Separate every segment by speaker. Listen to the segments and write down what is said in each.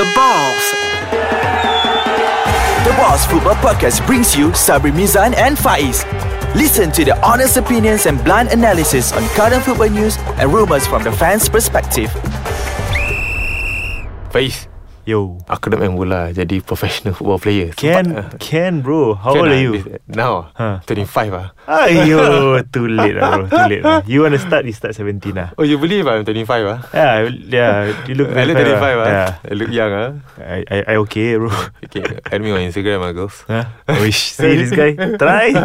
Speaker 1: The Balls.
Speaker 2: The Boss Football Podcast brings you Sabri Mizan and Faiz. Listen to their honest opinions and blunt analysis on current football news and rumors from the fans' perspective.
Speaker 3: Faiz
Speaker 4: Yo,
Speaker 3: Aku nak main bola Jadi professional football player
Speaker 4: can can bro. How
Speaker 3: Can
Speaker 4: old
Speaker 3: ah,
Speaker 4: are you? Ha.
Speaker 3: this- Now
Speaker 4: Huh.
Speaker 3: 25 ah.
Speaker 4: Ayo, too late lah bro. Too late lah. You want to start, you start 17 lah.
Speaker 3: Oh you believe I'm 25 ah?
Speaker 4: Yeah, I- yeah. You look
Speaker 3: I look
Speaker 4: 25
Speaker 3: 25
Speaker 4: lah.
Speaker 3: ah.
Speaker 4: Yeah.
Speaker 3: I look young ah.
Speaker 4: I, I, I okay bro.
Speaker 3: Okay Add me on Instagram ah girls
Speaker 4: Huh? Wish. See this guy. Try.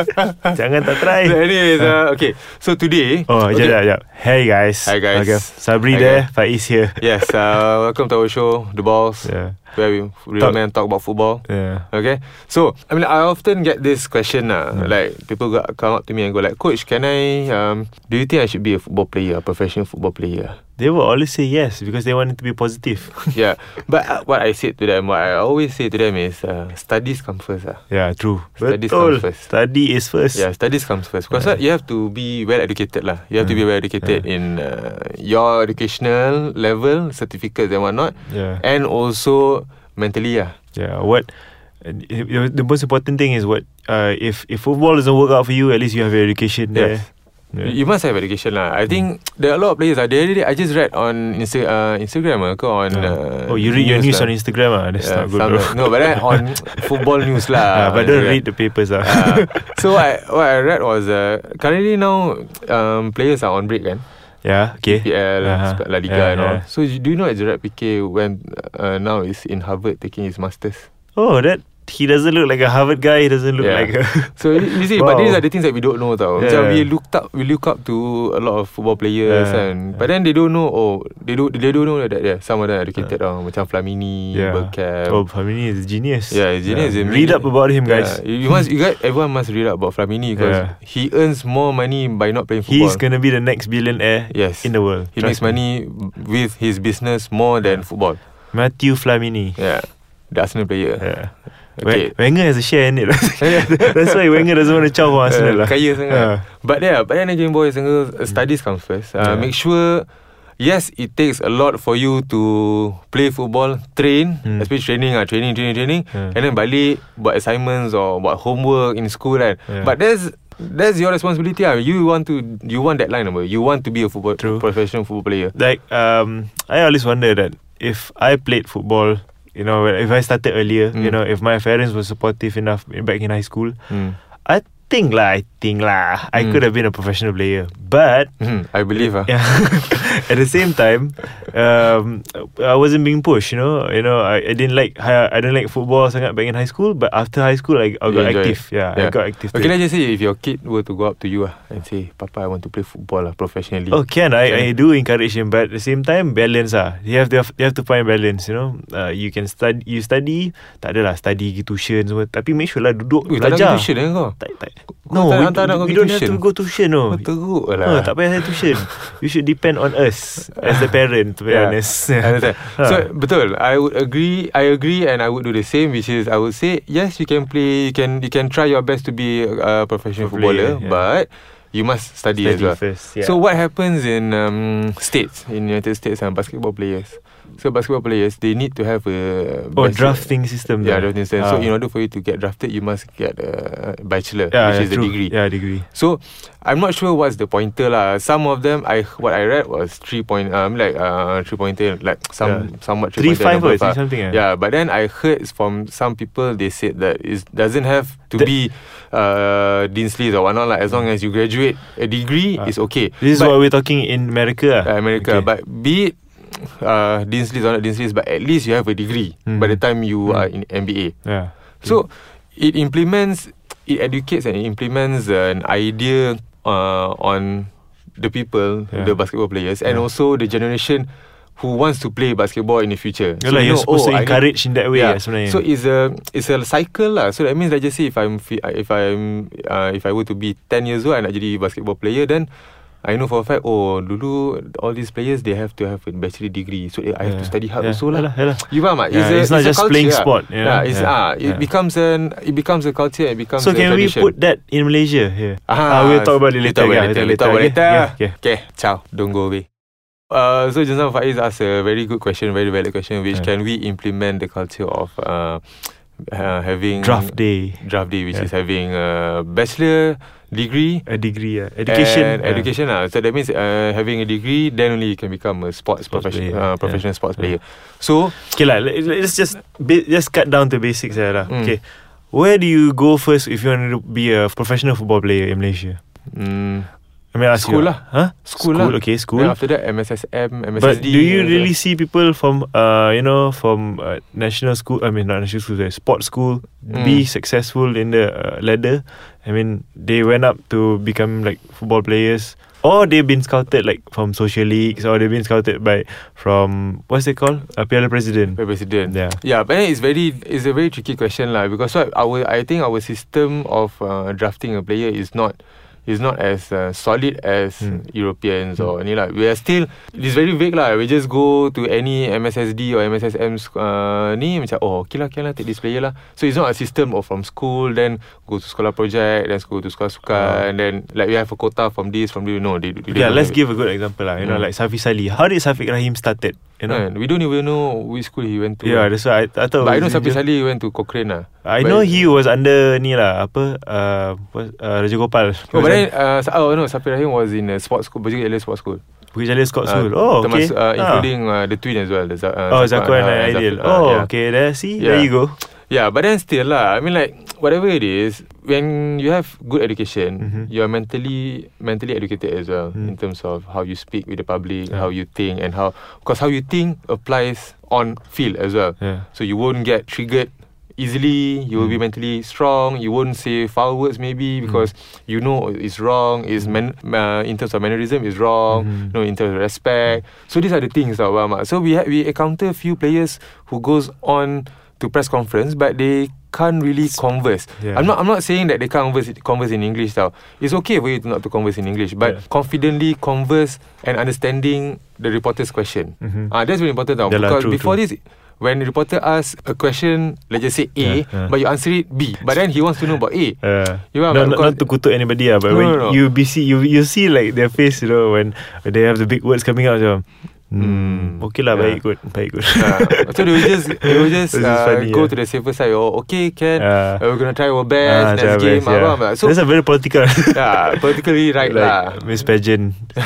Speaker 4: Jangan tak try.
Speaker 3: So anyways uh, Okay So today
Speaker 4: Oh,
Speaker 3: okay,
Speaker 4: okay. jap, jap. Hey guys.
Speaker 3: Hi, guys.
Speaker 4: Okay.
Speaker 3: Hi,
Speaker 4: Sabri there, Faiz here.
Speaker 3: Yes uh, Welcome to our show The Balls
Speaker 4: Yeah.
Speaker 3: Where we real
Speaker 4: Talk-
Speaker 3: men talk about football
Speaker 4: Yeah.
Speaker 3: Okay So I mean I often get this question uh,
Speaker 4: Hmm.
Speaker 3: Like people go, come up to me and go like Coach can I um, Do you think I should be a football player A professional football player
Speaker 4: They will always say yes because they wanted to be positive.
Speaker 3: Yeah But uh, what I said to them What I always say to them is uh, Studies come first ah.
Speaker 4: yeah, true.
Speaker 3: Studies
Speaker 4: Betul.
Speaker 3: comes first.
Speaker 4: Study is first.
Speaker 3: Yeah, studies comes first. Because you have to be well educated lah. You have
Speaker 4: Mm.
Speaker 3: to be well educated in uh, your educational level, certificates and whatnot,
Speaker 4: Yeah.
Speaker 3: and also mentally lah.
Speaker 4: Yeah, what and i- i- the most important thing is what uh, if if football doesn't work out for you, at least you have your education
Speaker 3: Yes.
Speaker 4: there.
Speaker 3: You must have education lah. I
Speaker 4: Mm.
Speaker 3: think there are a lot of players. Ah, the other day I just read on Insta- uh, Instagram ah, ke on. Uh,
Speaker 4: oh, you read your news
Speaker 3: lah.
Speaker 4: on Instagram, ah? That's
Speaker 3: Yeah,
Speaker 4: not good.
Speaker 3: some-
Speaker 4: Bro.
Speaker 3: No, but then on football news lah.
Speaker 4: Ah, but don't
Speaker 3: Instagram.
Speaker 4: read the papers, ah.
Speaker 3: Ah, so I, what I read was uh, currently now um, players are on break kan.
Speaker 4: yeah, okay.
Speaker 3: PL,
Speaker 4: Uh-huh.
Speaker 3: uh-huh. La Liga
Speaker 4: Yeah,
Speaker 3: and all.
Speaker 4: yeah.
Speaker 3: So you- do you know that Gerard Piqué when uh, now is in Harvard taking his masters?
Speaker 4: Oh, that he doesn't look like a Harvard guy. He doesn't look
Speaker 3: Yeah.
Speaker 4: like a.
Speaker 3: So you you see, but
Speaker 4: Wow.
Speaker 3: these are the things that we don't know tau. Macam
Speaker 4: Yeah.
Speaker 3: we looked up, we look up to a lot of football players
Speaker 4: Yeah,
Speaker 3: and but then they don't know. Oh, they don't they don't know that yeah, some of them are educated tau. Macam Flamini,
Speaker 4: Yeah.
Speaker 3: Bergkamp.
Speaker 4: oh, Flamini is a genius.
Speaker 3: um, Yeah, he's genius. I mean,
Speaker 4: Read up about him, guys.
Speaker 3: Yeah, you you must, you guys, everyone must read up about Flamini because
Speaker 4: Yeah.
Speaker 3: he earns more money by not playing football.
Speaker 4: He's gonna be the next billionaire
Speaker 3: yes,
Speaker 4: in the world.
Speaker 3: He makes
Speaker 4: Trust me.
Speaker 3: money with his business more than football.
Speaker 4: Matthew Flamini.
Speaker 3: Yeah, the Arsenal player.
Speaker 4: Yeah.
Speaker 3: Okay.
Speaker 4: Wen- Wenger has a share in it. That's why Wenger doesn't want to chow for Arsenal.
Speaker 3: Uh,
Speaker 4: lah.
Speaker 3: kaya sangat.
Speaker 4: Ah.
Speaker 3: But yeah, but then again, boys and girls, uh, studies comes first. Uh,
Speaker 4: Yeah.
Speaker 3: Make sure, yes, it takes a lot for you to play football, train,
Speaker 4: Hmm.
Speaker 3: especially training, ah, training, training, training,
Speaker 4: Yeah.
Speaker 3: and then balik buat assignments or buat homework in school, right?
Speaker 4: Yeah.
Speaker 3: But that's that's your responsibility. Ah, you want to, you want that line number. You want to be a football
Speaker 4: True.
Speaker 3: professional football player.
Speaker 4: like um I always wonder that if I played football, you know, when- if I started earlier,
Speaker 3: Mm.
Speaker 4: you know, if my parents were supportive enough back in high school,
Speaker 3: Hmm.
Speaker 4: I think lah, I think lah, I
Speaker 3: Mm.
Speaker 4: could have been a professional player. But
Speaker 3: Hmm, I believe ah.
Speaker 4: yeah, at the same time, um, I wasn't being pushed. You know, you know, I, I didn't like I, I didn't like football sangat back in high school. But after high school, I, I
Speaker 3: You
Speaker 4: got
Speaker 3: enjoy it.
Speaker 4: active. Yeah, I got active.
Speaker 3: Okay,
Speaker 4: too.
Speaker 3: let's just say if your kid were to go up to you ah and say, "Papa, I want to play football ah professionally."
Speaker 4: Oh, can I,
Speaker 3: Can.
Speaker 4: I do encourage him, but at the same time balance ah. You have to have, you have to find balance. You know, uh, you can study, you study. Tak adalah study pergi tuition semua. Tapi make sure lah duduk
Speaker 3: Ui, tak ada
Speaker 4: belajar.
Speaker 3: tuition eh kau?
Speaker 4: Tak, tak.
Speaker 3: Kau
Speaker 4: No,
Speaker 3: tak
Speaker 4: we,
Speaker 3: nak- tak nak kau
Speaker 4: we
Speaker 3: pergi
Speaker 4: don't have
Speaker 3: tuition?
Speaker 4: to go tuition. No,
Speaker 3: Kau teruk
Speaker 4: no
Speaker 3: lah.
Speaker 4: Oh, tak payah saya tuition. you should depend on us as the parent. To be
Speaker 3: Yeah.
Speaker 4: honest.
Speaker 3: I understand. So
Speaker 4: Huh.
Speaker 3: betul. I would agree. I agree, and I would do the same. Which is, I would say, yes, you can play. You can you can try your best to be a, a professional
Speaker 4: Pro player,
Speaker 3: footballer, but
Speaker 4: yeah.
Speaker 3: you must study, as
Speaker 4: Study
Speaker 3: well.
Speaker 4: first, yeah.
Speaker 3: So what happens in um, states in United States and basketball players? So basketball players they need to have a
Speaker 4: Oh,
Speaker 3: basic-
Speaker 4: drafting system.
Speaker 3: Yeah,
Speaker 4: there.
Speaker 3: drafting system. So
Speaker 4: Ah.
Speaker 3: in order for you to get drafted, you must get a bachelor,
Speaker 4: yeah,
Speaker 3: which is
Speaker 4: yeah,
Speaker 3: a
Speaker 4: true.
Speaker 3: degree.
Speaker 4: Yeah, degree.
Speaker 3: So I'm not sure what's the pointer lah. Some of them I what I read was three point um like uh three pointer like some
Speaker 4: Yeah.
Speaker 3: somewhat three,
Speaker 4: Three
Speaker 3: pointer,
Speaker 4: five or
Speaker 3: number
Speaker 4: three
Speaker 3: five.
Speaker 4: something. eh?
Speaker 3: Yeah, but then I heard from some people they said that it doesn't have to
Speaker 4: The-
Speaker 3: be uh dean's list or whatnot. Like as long as you graduate a degree,
Speaker 4: Ah.
Speaker 3: it's okay.
Speaker 4: This is
Speaker 3: But-
Speaker 4: what we're talking in America.
Speaker 3: uh,
Speaker 4: ah.
Speaker 3: America.
Speaker 4: Okay.
Speaker 3: But be it uh, dean's list or not dean's list, but at least you have a degree
Speaker 4: Mm.
Speaker 3: by the time you
Speaker 4: Mm.
Speaker 3: are in MBA.
Speaker 4: yeah.
Speaker 3: So it implements, it educates and it implements an idea uh, on the people,
Speaker 4: Yeah.
Speaker 3: the basketball players, and
Speaker 4: Yeah.
Speaker 3: also the generation who wants to play basketball in the future.
Speaker 4: You're, like,
Speaker 3: you know,
Speaker 4: you're supposed
Speaker 3: oh,
Speaker 4: to
Speaker 3: I need-
Speaker 4: encourage in that way yeah. sebenarnya.
Speaker 3: So it's a it's a cycle lah. So that means like just say if I'm fi- if I'm uh, if I were to be 10 years old I nak jadi basketball player then I know for a fact oh dulu all these players they have to have a bachelor degree. So I have to
Speaker 4: Yeah.
Speaker 3: study hard
Speaker 4: Yeah.
Speaker 3: also lah.
Speaker 4: Yalah, yalah.
Speaker 3: You faham tak?
Speaker 4: Yeah, it's not just playing sport, you know?
Speaker 3: Yeah, ah. it's,
Speaker 4: Yeah,
Speaker 3: Ah, it
Speaker 4: yeah.
Speaker 3: becomes an it becomes a culture. It becomes
Speaker 4: So
Speaker 3: a
Speaker 4: can we
Speaker 3: tradition.
Speaker 4: put that in Malaysia here?
Speaker 3: Ah,
Speaker 4: Ah, we'll talk about it later.
Speaker 3: Later,
Speaker 4: yeah,
Speaker 3: later, later, later,
Speaker 4: okay?
Speaker 3: later.
Speaker 4: Yeah, okay.
Speaker 3: okay, ciao. Don't go away. uh, so just now Faiz asked a very good question, very valid question, which
Speaker 4: Yeah.
Speaker 3: can we implement the culture of uh, uh, having
Speaker 4: Draft day.
Speaker 3: draft day, which
Speaker 4: Yeah.
Speaker 3: is having a bachelor degree.
Speaker 4: A degree, yeah. Education.
Speaker 3: and
Speaker 4: yeah.
Speaker 3: Eh, education lah. So that means uh, having a degree, then only you can become a sports,
Speaker 4: Sports
Speaker 3: profession,
Speaker 4: player,
Speaker 3: uh,
Speaker 4: yeah.
Speaker 3: professional
Speaker 4: Yeah.
Speaker 3: sports player.
Speaker 4: Yeah.
Speaker 3: So
Speaker 4: Okay lah, let- let's just ba- just cut down to basics lah. lah.
Speaker 3: Mm.
Speaker 4: Okay, where do you go first if you want to be a professional football player in Malaysia?
Speaker 3: mm,
Speaker 4: I mean, I ask
Speaker 3: School
Speaker 4: you.
Speaker 3: lah.
Speaker 4: Huh?
Speaker 3: School lah.
Speaker 4: Okay,
Speaker 3: then
Speaker 4: school.
Speaker 3: after that MSSM, MSSD.
Speaker 4: But do you
Speaker 3: uh,
Speaker 4: really see people from uh you know from uh, national school? I mean not national school, sorry, sports school
Speaker 3: Mm.
Speaker 4: be successful in the uh, ladder. I mean they went up to become like football players, or they've been scouted like from social leagues, or they've been scouted by from what's it called? A Piala President.
Speaker 3: president?
Speaker 4: Yeah.
Speaker 3: Yeah, but then it's very it's a very tricky question lah because what our I think our system of uh, drafting a player is not is not as uh, solid as
Speaker 4: Hmm.
Speaker 3: Europeans or any like we are still it's very vague lah. We just go to any MSSD or MSSM sc- uh, ni macam oh okay lah okay lah take this player lah. So it's not a system of from school then go to sekolah project then go to sekolah sukan and then like we have a quota from this from this no they, they
Speaker 4: Oh. Yeah,
Speaker 3: don't have
Speaker 4: let's
Speaker 3: it.
Speaker 4: give a good example lah. You know,
Speaker 3: Mm.
Speaker 4: like Safi Salih. How did Safiq Rahim started? You know.
Speaker 3: Man, we don't even know which school he went to.
Speaker 4: Yeah, that's why I, I thought.
Speaker 3: but I know
Speaker 4: it was
Speaker 3: Sapi
Speaker 4: India.
Speaker 3: Salih went to Cochrane lah.
Speaker 4: I
Speaker 3: But-
Speaker 4: know he was under ni lah apa uh, what, uh, Raja Gopal.
Speaker 3: Oh, but then, uh, Sa- oh no, Sapir Rahim was in a sports school, Berjaya Elia Sports School.
Speaker 4: Bukit Jalil Scott
Speaker 3: Uh,
Speaker 4: School. Oh, okay.
Speaker 3: termas- uh,
Speaker 4: Ah.
Speaker 3: including uh, the twin as well. The, Za- uh,
Speaker 4: Oh, Zakwan
Speaker 3: uh,
Speaker 4: and
Speaker 3: Zafar,
Speaker 4: Aidil.
Speaker 3: uh,
Speaker 4: Oh,
Speaker 3: yeah.
Speaker 4: okay. There, see,
Speaker 3: Yeah.
Speaker 4: there you go.
Speaker 3: Yeah, but then still lah. I mean, like whatever it is, when you have good education,
Speaker 4: Mhm.
Speaker 3: you are mentally mentally educated as well
Speaker 4: Mm.
Speaker 3: in terms of how you speak with the public,
Speaker 4: Yeah.
Speaker 3: how you think, and how because how you think applies on field as well.
Speaker 4: Yeah.
Speaker 3: So you won't get triggered easily. You will be
Speaker 4: Mm.
Speaker 3: mentally strong. You won't say foul words maybe
Speaker 4: Hmm.
Speaker 3: because you know it's wrong. It's man, uh, in terms of mannerism is wrong.
Speaker 4: Mm.
Speaker 3: You know in terms of respect.
Speaker 4: Hmm.
Speaker 3: So these are the things that Obama. So we ha- we encounter few players who goes on to press conference, but they can't really converse.
Speaker 4: Yeah.
Speaker 3: I'm not I'm not saying that they can't converse, converse in English now. It's okay for you to not to converse in English, but
Speaker 4: Yeah.
Speaker 3: confidently converse and understanding the reporter's question.
Speaker 4: Mhm.
Speaker 3: Ah, that's very important now
Speaker 4: Yeah lah,
Speaker 3: because
Speaker 4: true,
Speaker 3: before
Speaker 4: true.
Speaker 3: this when the reporter asks a question, let's just say A,
Speaker 4: Yeah, yeah.
Speaker 3: but you answer it B. But then he wants to know about A.
Speaker 4: Uh,
Speaker 3: You are right,
Speaker 4: no, not,
Speaker 3: because-
Speaker 4: not to kutuk anybody ah, but
Speaker 3: No,
Speaker 4: when
Speaker 3: no, no.
Speaker 4: you be see you you see like their face, you know, when they have the big words coming out, macam,
Speaker 3: Hmm.
Speaker 4: hmm, okay lah,
Speaker 3: Yeah.
Speaker 4: baik good, baik good.
Speaker 3: Ah, so they will just they will just
Speaker 4: This is
Speaker 3: uh,
Speaker 4: funny,
Speaker 3: go
Speaker 4: yeah.
Speaker 3: to the safer side. Oh, okay, can
Speaker 4: Ah.
Speaker 3: uh, we're gonna try our
Speaker 4: Ah,
Speaker 3: best
Speaker 4: macam
Speaker 3: next game.
Speaker 4: best, yeah.
Speaker 3: ah, blah, blah. So
Speaker 4: That's a very political.
Speaker 3: yeah, politically right lah.
Speaker 4: Miss Pageant.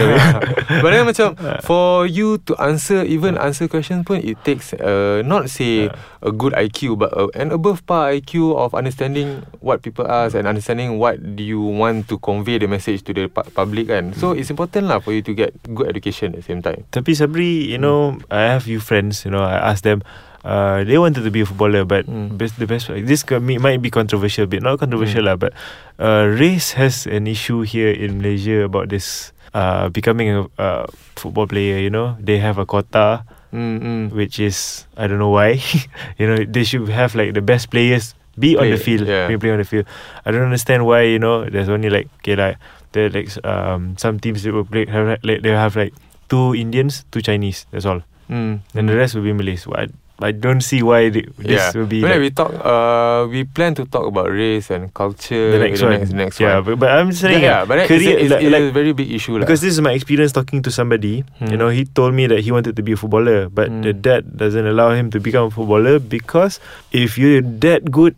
Speaker 3: But then macam For you to answer Even answer questions pun It takes uh, Not say A good IQ But uh, an above par IQ Of understanding What people ask And understanding What do you want To convey the message To the pu- public kan So
Speaker 4: Mm.
Speaker 3: it's important lah For you to get Good education At the same time
Speaker 4: Tapi Sabri, you know, I have few friends, you know, I asked them, uh, they wanted to be a footballer, but
Speaker 3: Mm.
Speaker 4: best, the best, this could be- might be controversial a bit, not controversial lah, but uh, race has an issue here in Malaysia about this uh, becoming a uh, football player, you know, they have a quota,
Speaker 3: mm, mm.
Speaker 4: which is, I don't know why, you know, they should have like the best players be on the
Speaker 3: Play,
Speaker 4: field,
Speaker 3: yeah.
Speaker 4: be play on the field. I don't understand why, you know, there's only like, okay, like, there like um, some teams they will play, have, like, they have like two Indians, two Chinese. That's all.
Speaker 3: Mm.
Speaker 4: And the rest will be Malays. Well, I, I don't see why they,
Speaker 3: yeah.
Speaker 4: this will be
Speaker 3: When
Speaker 4: like,
Speaker 3: we talk uh, We plan to talk about Race and culture
Speaker 4: the next
Speaker 3: the
Speaker 4: one.
Speaker 3: Next, next
Speaker 4: yeah,
Speaker 3: one
Speaker 4: But, but I'm saying
Speaker 3: yeah, but then it's, a,
Speaker 4: career
Speaker 3: it's,
Speaker 4: like,
Speaker 3: it's
Speaker 4: like,
Speaker 3: a very big issue lah.
Speaker 4: because this is my experience talking to somebody.
Speaker 3: Hmm.
Speaker 4: You know, he told me that he wanted to be a footballer, but
Speaker 3: Hmm.
Speaker 4: the dad doesn't allow him to become a footballer because if you're that good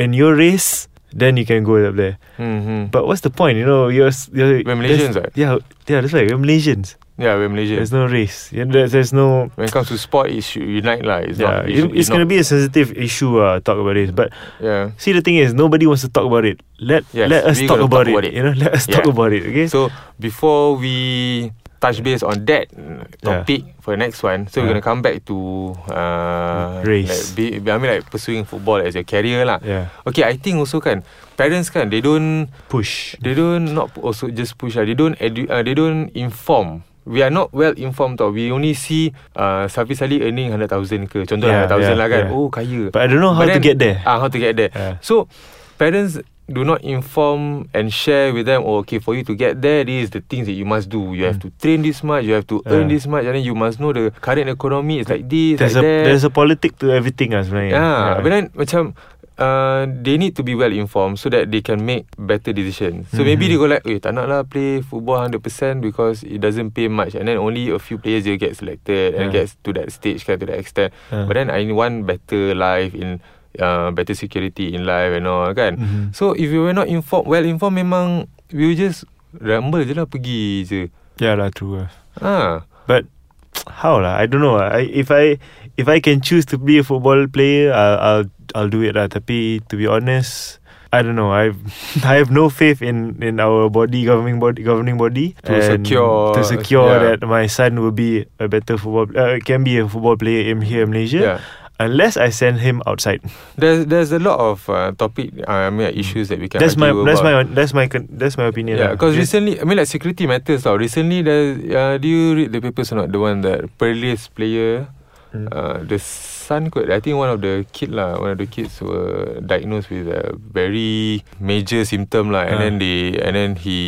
Speaker 4: in your race, then you can go up there.
Speaker 3: mm-hmm.
Speaker 4: But what's the point? You know, you're, s- you're
Speaker 3: We're Malaysians,
Speaker 4: that's-
Speaker 3: right?
Speaker 4: Yeah, yeah, that's right. We're Malaysians.
Speaker 3: yeah, we're Malaysian.
Speaker 4: There's no race. Yeah, there's, there's no
Speaker 3: When it comes to sport, it should unite lah. It's
Speaker 4: yeah,
Speaker 3: not.
Speaker 4: it- it's gonna be a sensitive issue. Uh, talk about this, but
Speaker 3: Yeah.
Speaker 4: see, the thing is, nobody wants to talk about it. Let
Speaker 3: Yes,
Speaker 4: let us
Speaker 3: we
Speaker 4: talk
Speaker 3: gonna
Speaker 4: about,
Speaker 3: talk
Speaker 4: it,
Speaker 3: about it.
Speaker 4: You know, let us talk
Speaker 3: Yeah.
Speaker 4: about it. Okay.
Speaker 3: So before we touch base on that topic for the next one, so we're
Speaker 4: Yeah.
Speaker 3: gonna come back to uh,
Speaker 4: Race.
Speaker 3: Like, be, I mean, like pursuing football as your career lah.
Speaker 4: yeah,
Speaker 3: Okay, I think also kan parents kan they don't
Speaker 4: push.
Speaker 3: they don't not also just push lah. They don't edu- uh, they don't inform. We are not well informed tau. We only see uh, Safi Salih earning 100,000 ke. Contoh
Speaker 4: Yeah,
Speaker 3: yeah, 100,000 yeah,
Speaker 4: yeah,
Speaker 3: lah kan.
Speaker 4: yeah.
Speaker 3: Oh, kaya.
Speaker 4: But I don't know how
Speaker 3: But
Speaker 4: to
Speaker 3: then-
Speaker 4: get there.
Speaker 3: Ah, how to get there.
Speaker 4: Yeah.
Speaker 3: So parents do not inform and share with them. Oh, okay, for you to get there, this is the things that you must do. You have to train this much. You have to earn
Speaker 4: Hmm. Yeah.
Speaker 3: this much, and then you must know the current economy is like this,
Speaker 4: there's
Speaker 3: like
Speaker 4: a
Speaker 3: that.
Speaker 4: there's a politic to everything, as well.
Speaker 3: yeah. But Ah, then macam uh, they need to be well informed so that they can make better decisions. So mm-hmm. maybe they go like, eh, tak nak lah play football 100% because it doesn't pay much and then only a few players they get selected and
Speaker 4: Yeah.
Speaker 3: gets to that stage kind to that extent.
Speaker 4: Yeah.
Speaker 3: But then I want better life in uh, better security in life and all kan.
Speaker 4: Mhm.
Speaker 3: So if you were not informed, well informed memang we will just ramble je lah pergi je.
Speaker 4: Yeah, lah, true. ah.
Speaker 3: Ah,
Speaker 4: But how lah? I don't know. ah. I if I if I can choose to be a football player, I'll I'll, I'll do it lah. Tapi to be honest, I don't know. I I have no faith in in our body governing body governing body
Speaker 3: To
Speaker 4: and
Speaker 3: secure-
Speaker 4: to secure
Speaker 3: yeah.
Speaker 4: that my son will be a better football uh, can be a football player in here in Malaysia.
Speaker 3: yeah.
Speaker 4: Unless I send him outside.
Speaker 3: There's there's a lot of uh, topic uh, I mean like issues that we can
Speaker 4: that's my
Speaker 3: argue
Speaker 4: that's
Speaker 3: about.
Speaker 4: my that's my con- that's my opinion.
Speaker 3: Yeah,
Speaker 4: lah.
Speaker 3: because
Speaker 4: Just-
Speaker 3: recently, I mean, like security matters. Now, recently, there, uh, do you read the papers or not? The one that Perlis player,
Speaker 4: Mm.
Speaker 3: uh, the son, could, I think one of the kid lah, one of the kids were diagnosed with a very major symptom lah, and
Speaker 4: Ah.
Speaker 3: then they, and then he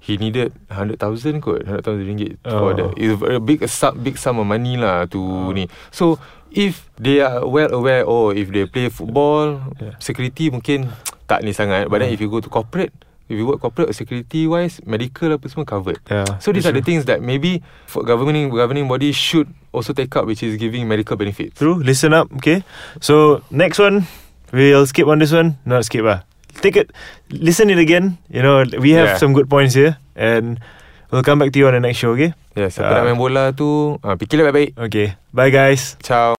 Speaker 3: he needed hundred thousand could hundred thousand ringgit for
Speaker 4: Oh.
Speaker 3: the it's a very big sum big sum of money lah to ni. So if they are well aware, or if they play football,
Speaker 4: Yeah.
Speaker 3: security mungkin tak ni sangat. But then
Speaker 4: Hmm.
Speaker 3: if you go to corporate, if you work corporate security wise, medical apa semua covered.
Speaker 4: yeah,
Speaker 3: So these
Speaker 4: that's
Speaker 3: are the things that maybe for governing governing body should also take up, which is giving medical benefits.
Speaker 4: True. Listen up. Okay. So next one, we'll skip on this one. Not skip ah. Take it. Listen it again. You know we have
Speaker 3: Yeah.
Speaker 4: some good points here, and we'll come back to you on the next show. Okay.
Speaker 3: Yes, siapa nak
Speaker 4: Ah.
Speaker 3: main bola tu, uh, fikirlah lah baik-baik.
Speaker 4: Okay. Bye guys.
Speaker 3: Ciao.